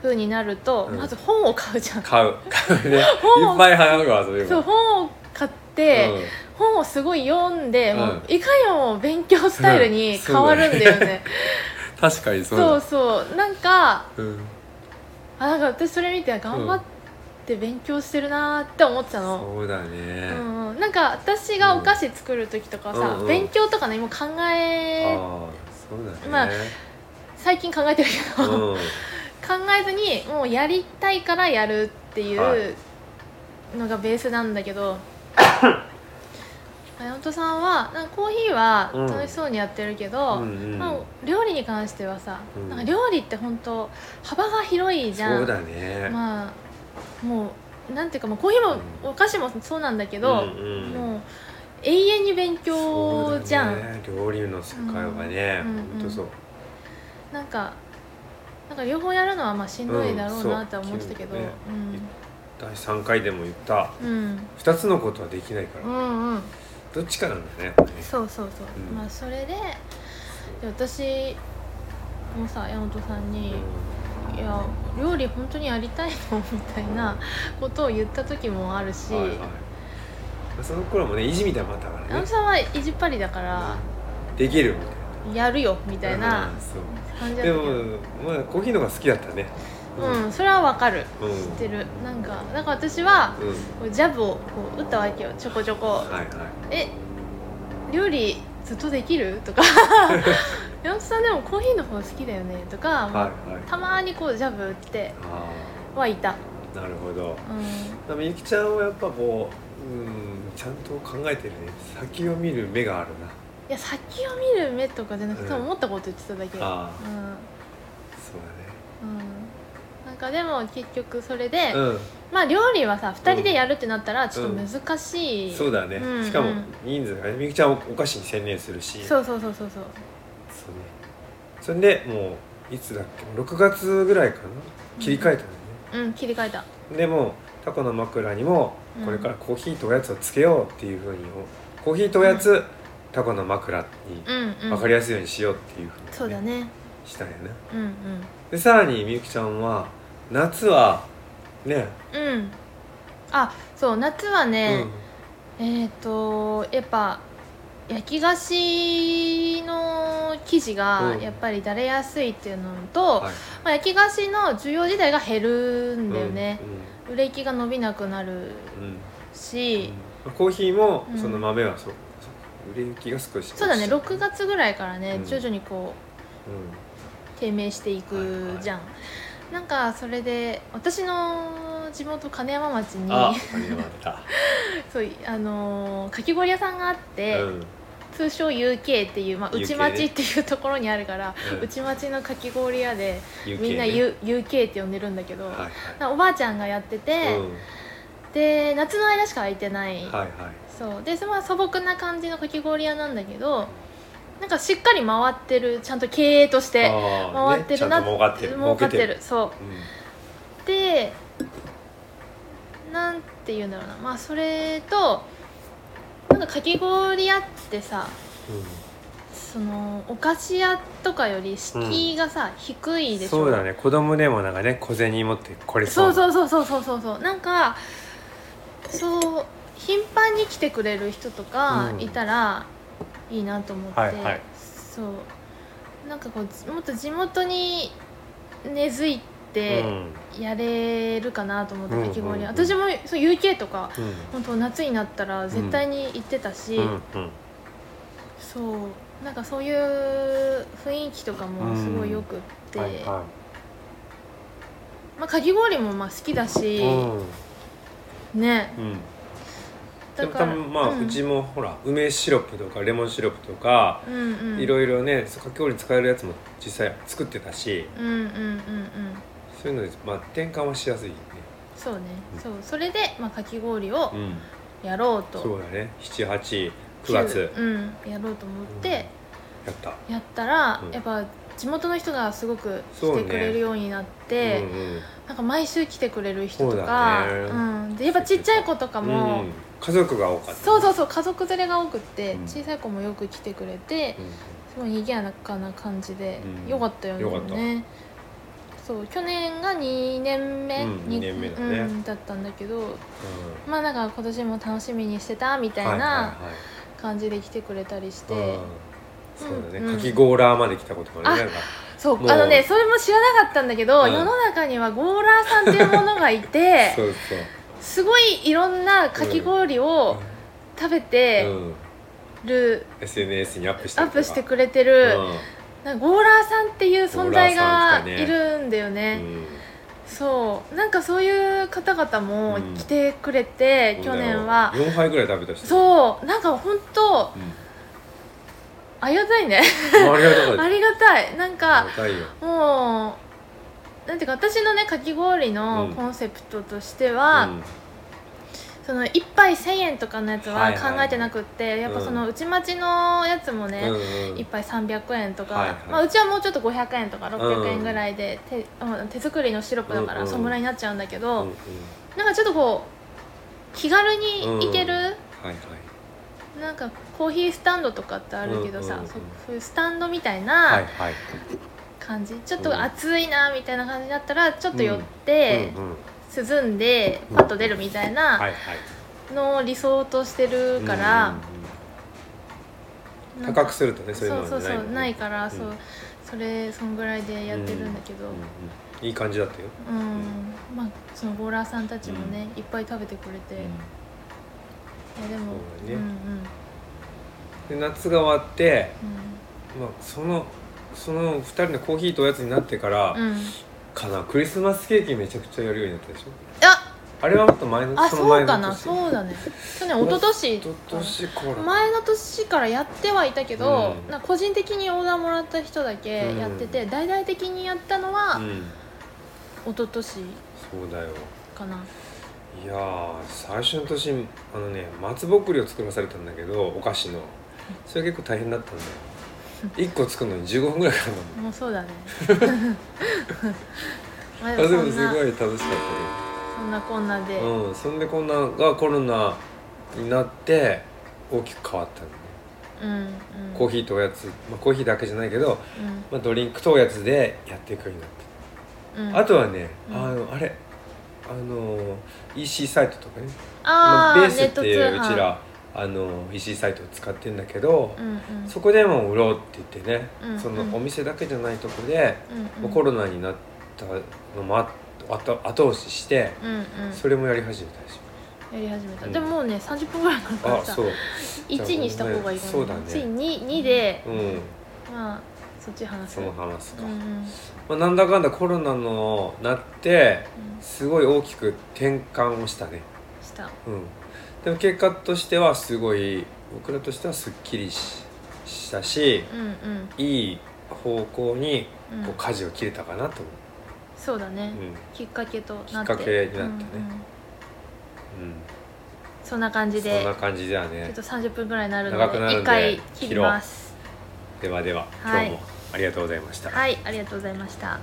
[SPEAKER 1] 風になると、
[SPEAKER 2] うん
[SPEAKER 1] まず本を買うじゃん、
[SPEAKER 2] 買う買うね
[SPEAKER 1] [LAUGHS]
[SPEAKER 2] いっ
[SPEAKER 1] 本を
[SPEAKER 2] ぱい払うわそういう
[SPEAKER 1] そう本を買って、本をすごい読んで、
[SPEAKER 2] うん
[SPEAKER 1] もういかにも勉強スタイルに変わるんだよ
[SPEAKER 2] [LAUGHS]
[SPEAKER 1] ね
[SPEAKER 2] 確かにそう
[SPEAKER 1] そう
[SPEAKER 2] だ
[SPEAKER 1] そうなんか
[SPEAKER 2] う、ん、
[SPEAKER 1] あなんか私それ見て頑張って勉強してるなーって思ってたの、
[SPEAKER 2] そうだ
[SPEAKER 1] う
[SPEAKER 2] ね、
[SPEAKER 1] んうん、なんか私がお菓子作る時とかさ、
[SPEAKER 2] うんうん
[SPEAKER 1] 勉強とかねもう考
[SPEAKER 2] あ
[SPEAKER 1] え
[SPEAKER 2] あそうだね、
[SPEAKER 1] まあ最近考えてるけど、考
[SPEAKER 2] うん、
[SPEAKER 1] えずにもうやりたいからやるってい
[SPEAKER 2] は
[SPEAKER 1] うのがベースなんだけ
[SPEAKER 2] [LAUGHS]
[SPEAKER 1] ど山本さんはなんかコーヒーは
[SPEAKER 2] うん
[SPEAKER 1] 楽しそうにやってるけど、
[SPEAKER 2] うんう
[SPEAKER 1] [LAUGHS]
[SPEAKER 2] ん
[SPEAKER 1] まあ、料理に関してはさ、
[SPEAKER 2] うん
[SPEAKER 1] なんか料理って本当幅が広いじゃん
[SPEAKER 2] そうだね、
[SPEAKER 1] まあもうなんていうか、まあ、コーヒー
[SPEAKER 2] うん
[SPEAKER 1] もお菓子もそうなんだけど、
[SPEAKER 2] うんうん
[SPEAKER 1] もう永遠に勉強じゃん、
[SPEAKER 2] そうだね、料理の世界はね、
[SPEAKER 1] うん
[SPEAKER 2] 本当そう、
[SPEAKER 1] なんかなんか両方やるのはまあしんどいだろうなって思ってたけど、う
[SPEAKER 2] うんん第3回でも言った
[SPEAKER 1] うん
[SPEAKER 2] 2つのことはできないから、
[SPEAKER 1] うんうん
[SPEAKER 2] どっちかなんだよねやっぱね
[SPEAKER 1] そうそうそう、
[SPEAKER 2] うん
[SPEAKER 1] まあそれでで私もさ山本さんに
[SPEAKER 2] う
[SPEAKER 1] いや料理本当にやりたいのみたいなことを言った時もあるし、
[SPEAKER 2] はいはいまあその頃もね意地みたいなのもあったか
[SPEAKER 1] あ
[SPEAKER 2] ら
[SPEAKER 1] の
[SPEAKER 2] ね
[SPEAKER 1] さんは意地っぱりだから
[SPEAKER 2] できるみたいな
[SPEAKER 1] やるよみたいな
[SPEAKER 2] うんそう
[SPEAKER 1] 感じだったけど
[SPEAKER 2] でもまあコーヒーの方が好きだったね
[SPEAKER 1] うんそれはわかる
[SPEAKER 2] うん
[SPEAKER 1] 知ってるなんかなんか私は
[SPEAKER 2] うん
[SPEAKER 1] こうジャブをこう打ったわけよちょこちょこ
[SPEAKER 2] はいはい
[SPEAKER 1] え料理ずっとできると
[SPEAKER 2] [LAUGHS]
[SPEAKER 1] か山本さんでもコーヒーの方好きだよねとか、まあ
[SPEAKER 2] はいはい
[SPEAKER 1] たまにこうジャブ打って
[SPEAKER 2] あ
[SPEAKER 1] はいた、
[SPEAKER 2] あなるほど
[SPEAKER 1] う、
[SPEAKER 2] でもゆきちゃんはやっぱこううんちゃんと考えてるね先を見る目があるな
[SPEAKER 1] い
[SPEAKER 2] ん
[SPEAKER 1] や先を見る目とかじゃなくて、
[SPEAKER 2] うん
[SPEAKER 1] 思ったこと言ってただけう
[SPEAKER 2] ああ
[SPEAKER 1] ん
[SPEAKER 2] そう
[SPEAKER 1] うんなんかでも結局それで、
[SPEAKER 2] だね
[SPEAKER 1] まあ料理はさ2人でやるってなったらちょっと難し
[SPEAKER 2] う
[SPEAKER 1] い、
[SPEAKER 2] んそうだね
[SPEAKER 1] うん
[SPEAKER 2] しかも
[SPEAKER 1] うん
[SPEAKER 2] 人数がねみゆきちゃんはお菓子に専念するし
[SPEAKER 1] そうそうそうそうそう
[SPEAKER 2] そうねそれでもういつだっけ6月ぐらいかな切り替えたのね、
[SPEAKER 1] うん切り替えた
[SPEAKER 2] でもうタコの枕にも
[SPEAKER 1] うん
[SPEAKER 2] これからコーヒーとおやつをつけようっていうふうにコーヒーとおやつ、タコの枕に
[SPEAKER 1] うんうん
[SPEAKER 2] 分かりやすいようにしようっていうふうに、
[SPEAKER 1] そうだね
[SPEAKER 2] したんやね
[SPEAKER 1] うんうん
[SPEAKER 2] でさらにみゆきちゃんは夏はね、
[SPEAKER 1] うんあそう夏はね、えっ、とやっぱ焼き菓子の生地が
[SPEAKER 2] うん
[SPEAKER 1] やっぱりだれやすいっていうのと、
[SPEAKER 2] はい
[SPEAKER 1] まあ、焼き菓子の需要自体が減るんだよね、売れ行きが伸びなくなる
[SPEAKER 2] うんうん
[SPEAKER 1] し、
[SPEAKER 2] うんコーヒーも
[SPEAKER 1] うん
[SPEAKER 2] その豆はそう、そう売れ行きが少し
[SPEAKER 1] そうだね6月ぐらいからね、
[SPEAKER 2] うん
[SPEAKER 1] 徐々にこう低迷していくじゃん、なんかそれで私の地元金山町
[SPEAKER 2] うん
[SPEAKER 1] に
[SPEAKER 2] あありまった、
[SPEAKER 1] [LAUGHS] そうあのーかき氷屋さんがあって、
[SPEAKER 2] うん
[SPEAKER 1] 通称 UK っていう、まあ、
[SPEAKER 2] UK ね
[SPEAKER 1] 内町っていうところにあるから、
[SPEAKER 2] うん
[SPEAKER 1] 内町のかき氷屋で
[SPEAKER 2] UK
[SPEAKER 1] みんな、
[SPEAKER 2] ね
[SPEAKER 1] U UK って呼んでるんだけど、
[SPEAKER 2] はい
[SPEAKER 1] なんかおばあちゃんがやって
[SPEAKER 2] はい、
[SPEAKER 1] て、
[SPEAKER 2] うん
[SPEAKER 1] で夏の間しか空いてない、
[SPEAKER 2] はいはい
[SPEAKER 1] そうで、まあ、素朴な感じのかき氷屋なんだけどなんかしっかり回ってるちゃんと経営として
[SPEAKER 2] 回
[SPEAKER 1] 回ってるな
[SPEAKER 2] ね、ちゃんと儲かってる
[SPEAKER 1] 儲かってる
[SPEAKER 2] 儲
[SPEAKER 1] そう
[SPEAKER 2] けてる
[SPEAKER 1] でなんて言うんだろうなまあそれとなんかかき氷屋ってさ
[SPEAKER 2] うん
[SPEAKER 1] そのお菓子屋とかより敷居がさ、低
[SPEAKER 2] う
[SPEAKER 1] い
[SPEAKER 2] ん
[SPEAKER 1] でしょ
[SPEAKER 2] そうだね子供でもなんかね小銭持ってこれ
[SPEAKER 1] そう
[SPEAKER 2] う
[SPEAKER 1] そうそうそうそうそうそうなんかそう頻繁に来てくれる人とか
[SPEAKER 2] うん
[SPEAKER 1] いたらいいなと思って、
[SPEAKER 2] はいはい
[SPEAKER 1] そうなんかこうもっと地元に根付い
[SPEAKER 2] な
[SPEAKER 1] て
[SPEAKER 2] うん
[SPEAKER 1] やれるかなと思って、
[SPEAKER 2] う
[SPEAKER 1] か
[SPEAKER 2] ん
[SPEAKER 1] き
[SPEAKER 2] うん
[SPEAKER 1] 氷
[SPEAKER 2] うん
[SPEAKER 1] 屋私もそう UK とか
[SPEAKER 2] うん
[SPEAKER 1] 本当夏になったら絶対に行ってたし、
[SPEAKER 2] うんうん
[SPEAKER 1] そうなんかそういう雰囲気とかもすごいよくって、
[SPEAKER 2] はいは
[SPEAKER 1] まあ、かき氷もまあ好きだ
[SPEAKER 2] い
[SPEAKER 1] し、
[SPEAKER 2] うん
[SPEAKER 1] ね
[SPEAKER 2] うんで
[SPEAKER 1] だ
[SPEAKER 2] も
[SPEAKER 1] か
[SPEAKER 2] 多
[SPEAKER 1] ら
[SPEAKER 2] 分まあ、う
[SPEAKER 1] うん
[SPEAKER 2] ちもほら梅シロップとかレモンシロップとか、
[SPEAKER 1] うんうん
[SPEAKER 2] いろいろねそうかき氷に使えるやつも実際作ってたし
[SPEAKER 1] うんうんうんうん
[SPEAKER 2] そういうので、まあ、転換はしやすいよね、
[SPEAKER 1] そうね
[SPEAKER 2] うん
[SPEAKER 1] そうそれで、まあ、かき氷を
[SPEAKER 2] うん、
[SPEAKER 1] やろうと、
[SPEAKER 2] そうだね789月
[SPEAKER 1] うんやろうと思って
[SPEAKER 2] やった、
[SPEAKER 1] やったら、
[SPEAKER 2] うん
[SPEAKER 1] やっぱ地元の人がすごく
[SPEAKER 2] そ
[SPEAKER 1] 来
[SPEAKER 2] うね
[SPEAKER 1] てくれるようになって、
[SPEAKER 2] うんうん
[SPEAKER 1] なんか毎週来てくれる人と
[SPEAKER 2] そう
[SPEAKER 1] か
[SPEAKER 2] だね
[SPEAKER 1] ん、でやっぱちっちゃい子とかも、
[SPEAKER 2] うん家族が多かった
[SPEAKER 1] そうそうそう家族連れが多くって、
[SPEAKER 2] うん
[SPEAKER 1] 小さい子もよく来てくれて
[SPEAKER 2] うん
[SPEAKER 1] すごい賑やかな感じで、
[SPEAKER 2] うん
[SPEAKER 1] よかったよね
[SPEAKER 2] よかった
[SPEAKER 1] そう去年が2年目、
[SPEAKER 2] うん
[SPEAKER 1] に
[SPEAKER 2] 二年目だね
[SPEAKER 1] うんだったんだけどまあなんか今年も楽しみにしてたみたいな感じで来てくれたりして、
[SPEAKER 2] はいはいはいうんそうだね、
[SPEAKER 1] うん
[SPEAKER 2] かきゴーラーまで来たことも
[SPEAKER 1] あ
[SPEAKER 2] ねなんか
[SPEAKER 1] そう
[SPEAKER 2] もう
[SPEAKER 1] あのねそれも知らなかったんだけど、
[SPEAKER 2] うん
[SPEAKER 1] 世の中にはゴーラーさんっていうものがいて
[SPEAKER 2] [LAUGHS] そうそう
[SPEAKER 1] すごいいろんなかき氷を食べ
[SPEAKER 2] う
[SPEAKER 1] て
[SPEAKER 2] んうん、
[SPEAKER 1] る、
[SPEAKER 2] SNS にアップして
[SPEAKER 1] アップしてくれてる、なんかゴーラーさんっていう存在が
[SPEAKER 2] ゴーラーさん来たね
[SPEAKER 1] いるんだよ
[SPEAKER 2] う
[SPEAKER 1] ね
[SPEAKER 2] んうん
[SPEAKER 1] そうなんかそういう方々も
[SPEAKER 2] うん
[SPEAKER 1] 来てくれて、去年は
[SPEAKER 2] 4杯ぐらい食べたしう、
[SPEAKER 1] そうなんか本当
[SPEAKER 2] うん、
[SPEAKER 1] ありがたいね
[SPEAKER 2] ありがたかった
[SPEAKER 1] ありがたいなんか
[SPEAKER 2] ありがたいよ
[SPEAKER 1] もうなんていうか私のねかき氷の
[SPEAKER 2] うん
[SPEAKER 1] コンセプトとしては、
[SPEAKER 2] うん
[SPEAKER 1] その1杯1000円とかのやつ
[SPEAKER 2] は
[SPEAKER 1] はい
[SPEAKER 2] はい
[SPEAKER 1] 考えてなくって、やっぱその
[SPEAKER 2] うん
[SPEAKER 1] 内町のやつもね、
[SPEAKER 2] うんうん
[SPEAKER 1] 一杯300円とか、
[SPEAKER 2] はいはい
[SPEAKER 1] まあ、うちはもうちょっと500円とか600
[SPEAKER 2] う
[SPEAKER 1] 円
[SPEAKER 2] ん
[SPEAKER 1] ぐらいで、手うん手作りのシロップだか
[SPEAKER 2] うん
[SPEAKER 1] ら
[SPEAKER 2] うん
[SPEAKER 1] そんぐらいになっちゃうんだけ
[SPEAKER 2] うん
[SPEAKER 1] ど、
[SPEAKER 2] うん
[SPEAKER 1] なんかちょっとこう気軽に行ける、
[SPEAKER 2] うんはいはい
[SPEAKER 1] なんかコーヒースタンドとかってあるけどさ、
[SPEAKER 2] うんうんうん
[SPEAKER 1] そうそういうスタンドみたい
[SPEAKER 2] は
[SPEAKER 1] ない
[SPEAKER 2] はい
[SPEAKER 1] 感じちょっと暑いなみたいな感じになったらちょっと寄って
[SPEAKER 2] うんうん、
[SPEAKER 1] 涼んでパッと出るみたい
[SPEAKER 2] は
[SPEAKER 1] ない
[SPEAKER 2] はい
[SPEAKER 1] のを理想としてるから、
[SPEAKER 2] うんう
[SPEAKER 1] な
[SPEAKER 2] んうんん、
[SPEAKER 1] か
[SPEAKER 2] 高くするとねそういうのは
[SPEAKER 1] そうそうそうないから、そううんそれそんぐらいでやってるんだけど
[SPEAKER 2] う、うんいい感じだったよ、
[SPEAKER 1] うんまあそのゴーラーさんたちもね、いっぱい食べてくれて、いやでも
[SPEAKER 2] そうだね
[SPEAKER 1] うんうん
[SPEAKER 2] で夏が終わって、
[SPEAKER 1] う
[SPEAKER 2] まあ、そのその2人のコーヒーとおやつになってから、
[SPEAKER 1] ん、うん、
[SPEAKER 2] かなクリスマスケーキめちゃくちゃやるようになったでしょ
[SPEAKER 1] あ
[SPEAKER 2] あれはもっと前の
[SPEAKER 1] あ
[SPEAKER 2] の
[SPEAKER 1] そ
[SPEAKER 2] 前
[SPEAKER 1] う
[SPEAKER 2] の
[SPEAKER 1] かな
[SPEAKER 2] う
[SPEAKER 1] そうだね去年一昨年
[SPEAKER 2] 一昨年こら
[SPEAKER 1] 前の年からやってはいたけど、
[SPEAKER 2] うん
[SPEAKER 1] なんか個人的にオーダーもらった人だけやってて、大々的にやったのは
[SPEAKER 2] うん
[SPEAKER 1] 一昨年
[SPEAKER 2] そうだよ
[SPEAKER 1] かな、
[SPEAKER 2] いやー最初の年あのね松ぼっくりを作らされたんだけどお菓子のそれ結構大変だったんだよ1個
[SPEAKER 1] [LAUGHS]
[SPEAKER 2] 作るのに15分ぐらいかかるの
[SPEAKER 1] もうそう
[SPEAKER 2] [LAUGHS]
[SPEAKER 1] だねまあ
[SPEAKER 2] あ
[SPEAKER 1] でも
[SPEAKER 2] で
[SPEAKER 1] そ
[SPEAKER 2] も
[SPEAKER 1] ん
[SPEAKER 2] す
[SPEAKER 1] な
[SPEAKER 2] ごい楽しかっ
[SPEAKER 1] そんなこんな
[SPEAKER 2] た
[SPEAKER 1] で、
[SPEAKER 2] よ、うん、そんでこんながコロナになって大きく変わったのね、
[SPEAKER 1] うんうん
[SPEAKER 2] コーヒーとおやつ、まあ、コーヒーだけじゃないけど、まあ、ドリンクとおやつでやっていくようになった
[SPEAKER 1] うんうん、
[SPEAKER 2] あとはね、
[SPEAKER 1] うん
[SPEAKER 2] あのあれあの EC サイトとかねま
[SPEAKER 1] あー
[SPEAKER 2] ベースっていう
[SPEAKER 1] ネッ
[SPEAKER 2] う
[SPEAKER 1] ト
[SPEAKER 2] ち
[SPEAKER 1] 通販
[SPEAKER 2] らあの EC サイトを使ってんだけど
[SPEAKER 1] う、んうん
[SPEAKER 2] そこでも売ろうって言ってね、
[SPEAKER 1] うん
[SPEAKER 2] そ
[SPEAKER 1] うん
[SPEAKER 2] のお店だけじゃないとこで、
[SPEAKER 1] うん
[SPEAKER 2] も
[SPEAKER 1] う
[SPEAKER 2] うんコロナになったのもああと後押しして、
[SPEAKER 1] うんうん
[SPEAKER 2] それもやり始めたでし
[SPEAKER 1] やり始めた、
[SPEAKER 2] うん
[SPEAKER 1] でももうね30分ぐらいかか
[SPEAKER 2] ょ、
[SPEAKER 1] る
[SPEAKER 2] あ
[SPEAKER 1] さ
[SPEAKER 2] そう、
[SPEAKER 1] 1にした方がいいか
[SPEAKER 2] そうだ
[SPEAKER 1] な、
[SPEAKER 2] ね
[SPEAKER 1] ついに 2, で、
[SPEAKER 2] うん、
[SPEAKER 1] まあそっち話す
[SPEAKER 2] その話す
[SPEAKER 1] う
[SPEAKER 2] か、
[SPEAKER 1] んうんうん
[SPEAKER 2] まあ、なんだかんだコロナのなってすごい大きく転換をしたね、
[SPEAKER 1] した
[SPEAKER 2] うん、でも結果としてはすごい僕らとしてはすっきりししたし
[SPEAKER 1] うんうん
[SPEAKER 2] いい方向に
[SPEAKER 1] うん
[SPEAKER 2] こう舵を切れたかなと思
[SPEAKER 1] そうだね
[SPEAKER 2] う、う、んうん
[SPEAKER 1] きっかけとなって
[SPEAKER 2] きっかけになったね
[SPEAKER 1] うんうんそんな感じ
[SPEAKER 2] そん
[SPEAKER 1] で
[SPEAKER 2] な感じだ
[SPEAKER 1] ちょっ
[SPEAKER 2] ね
[SPEAKER 1] と30分ぐらいになるの
[SPEAKER 2] 長くなる
[SPEAKER 1] で
[SPEAKER 2] ので
[SPEAKER 1] 一回切ります
[SPEAKER 2] ではでは、
[SPEAKER 1] はい
[SPEAKER 2] 今日もありがとうございました。
[SPEAKER 1] はいありがとうございました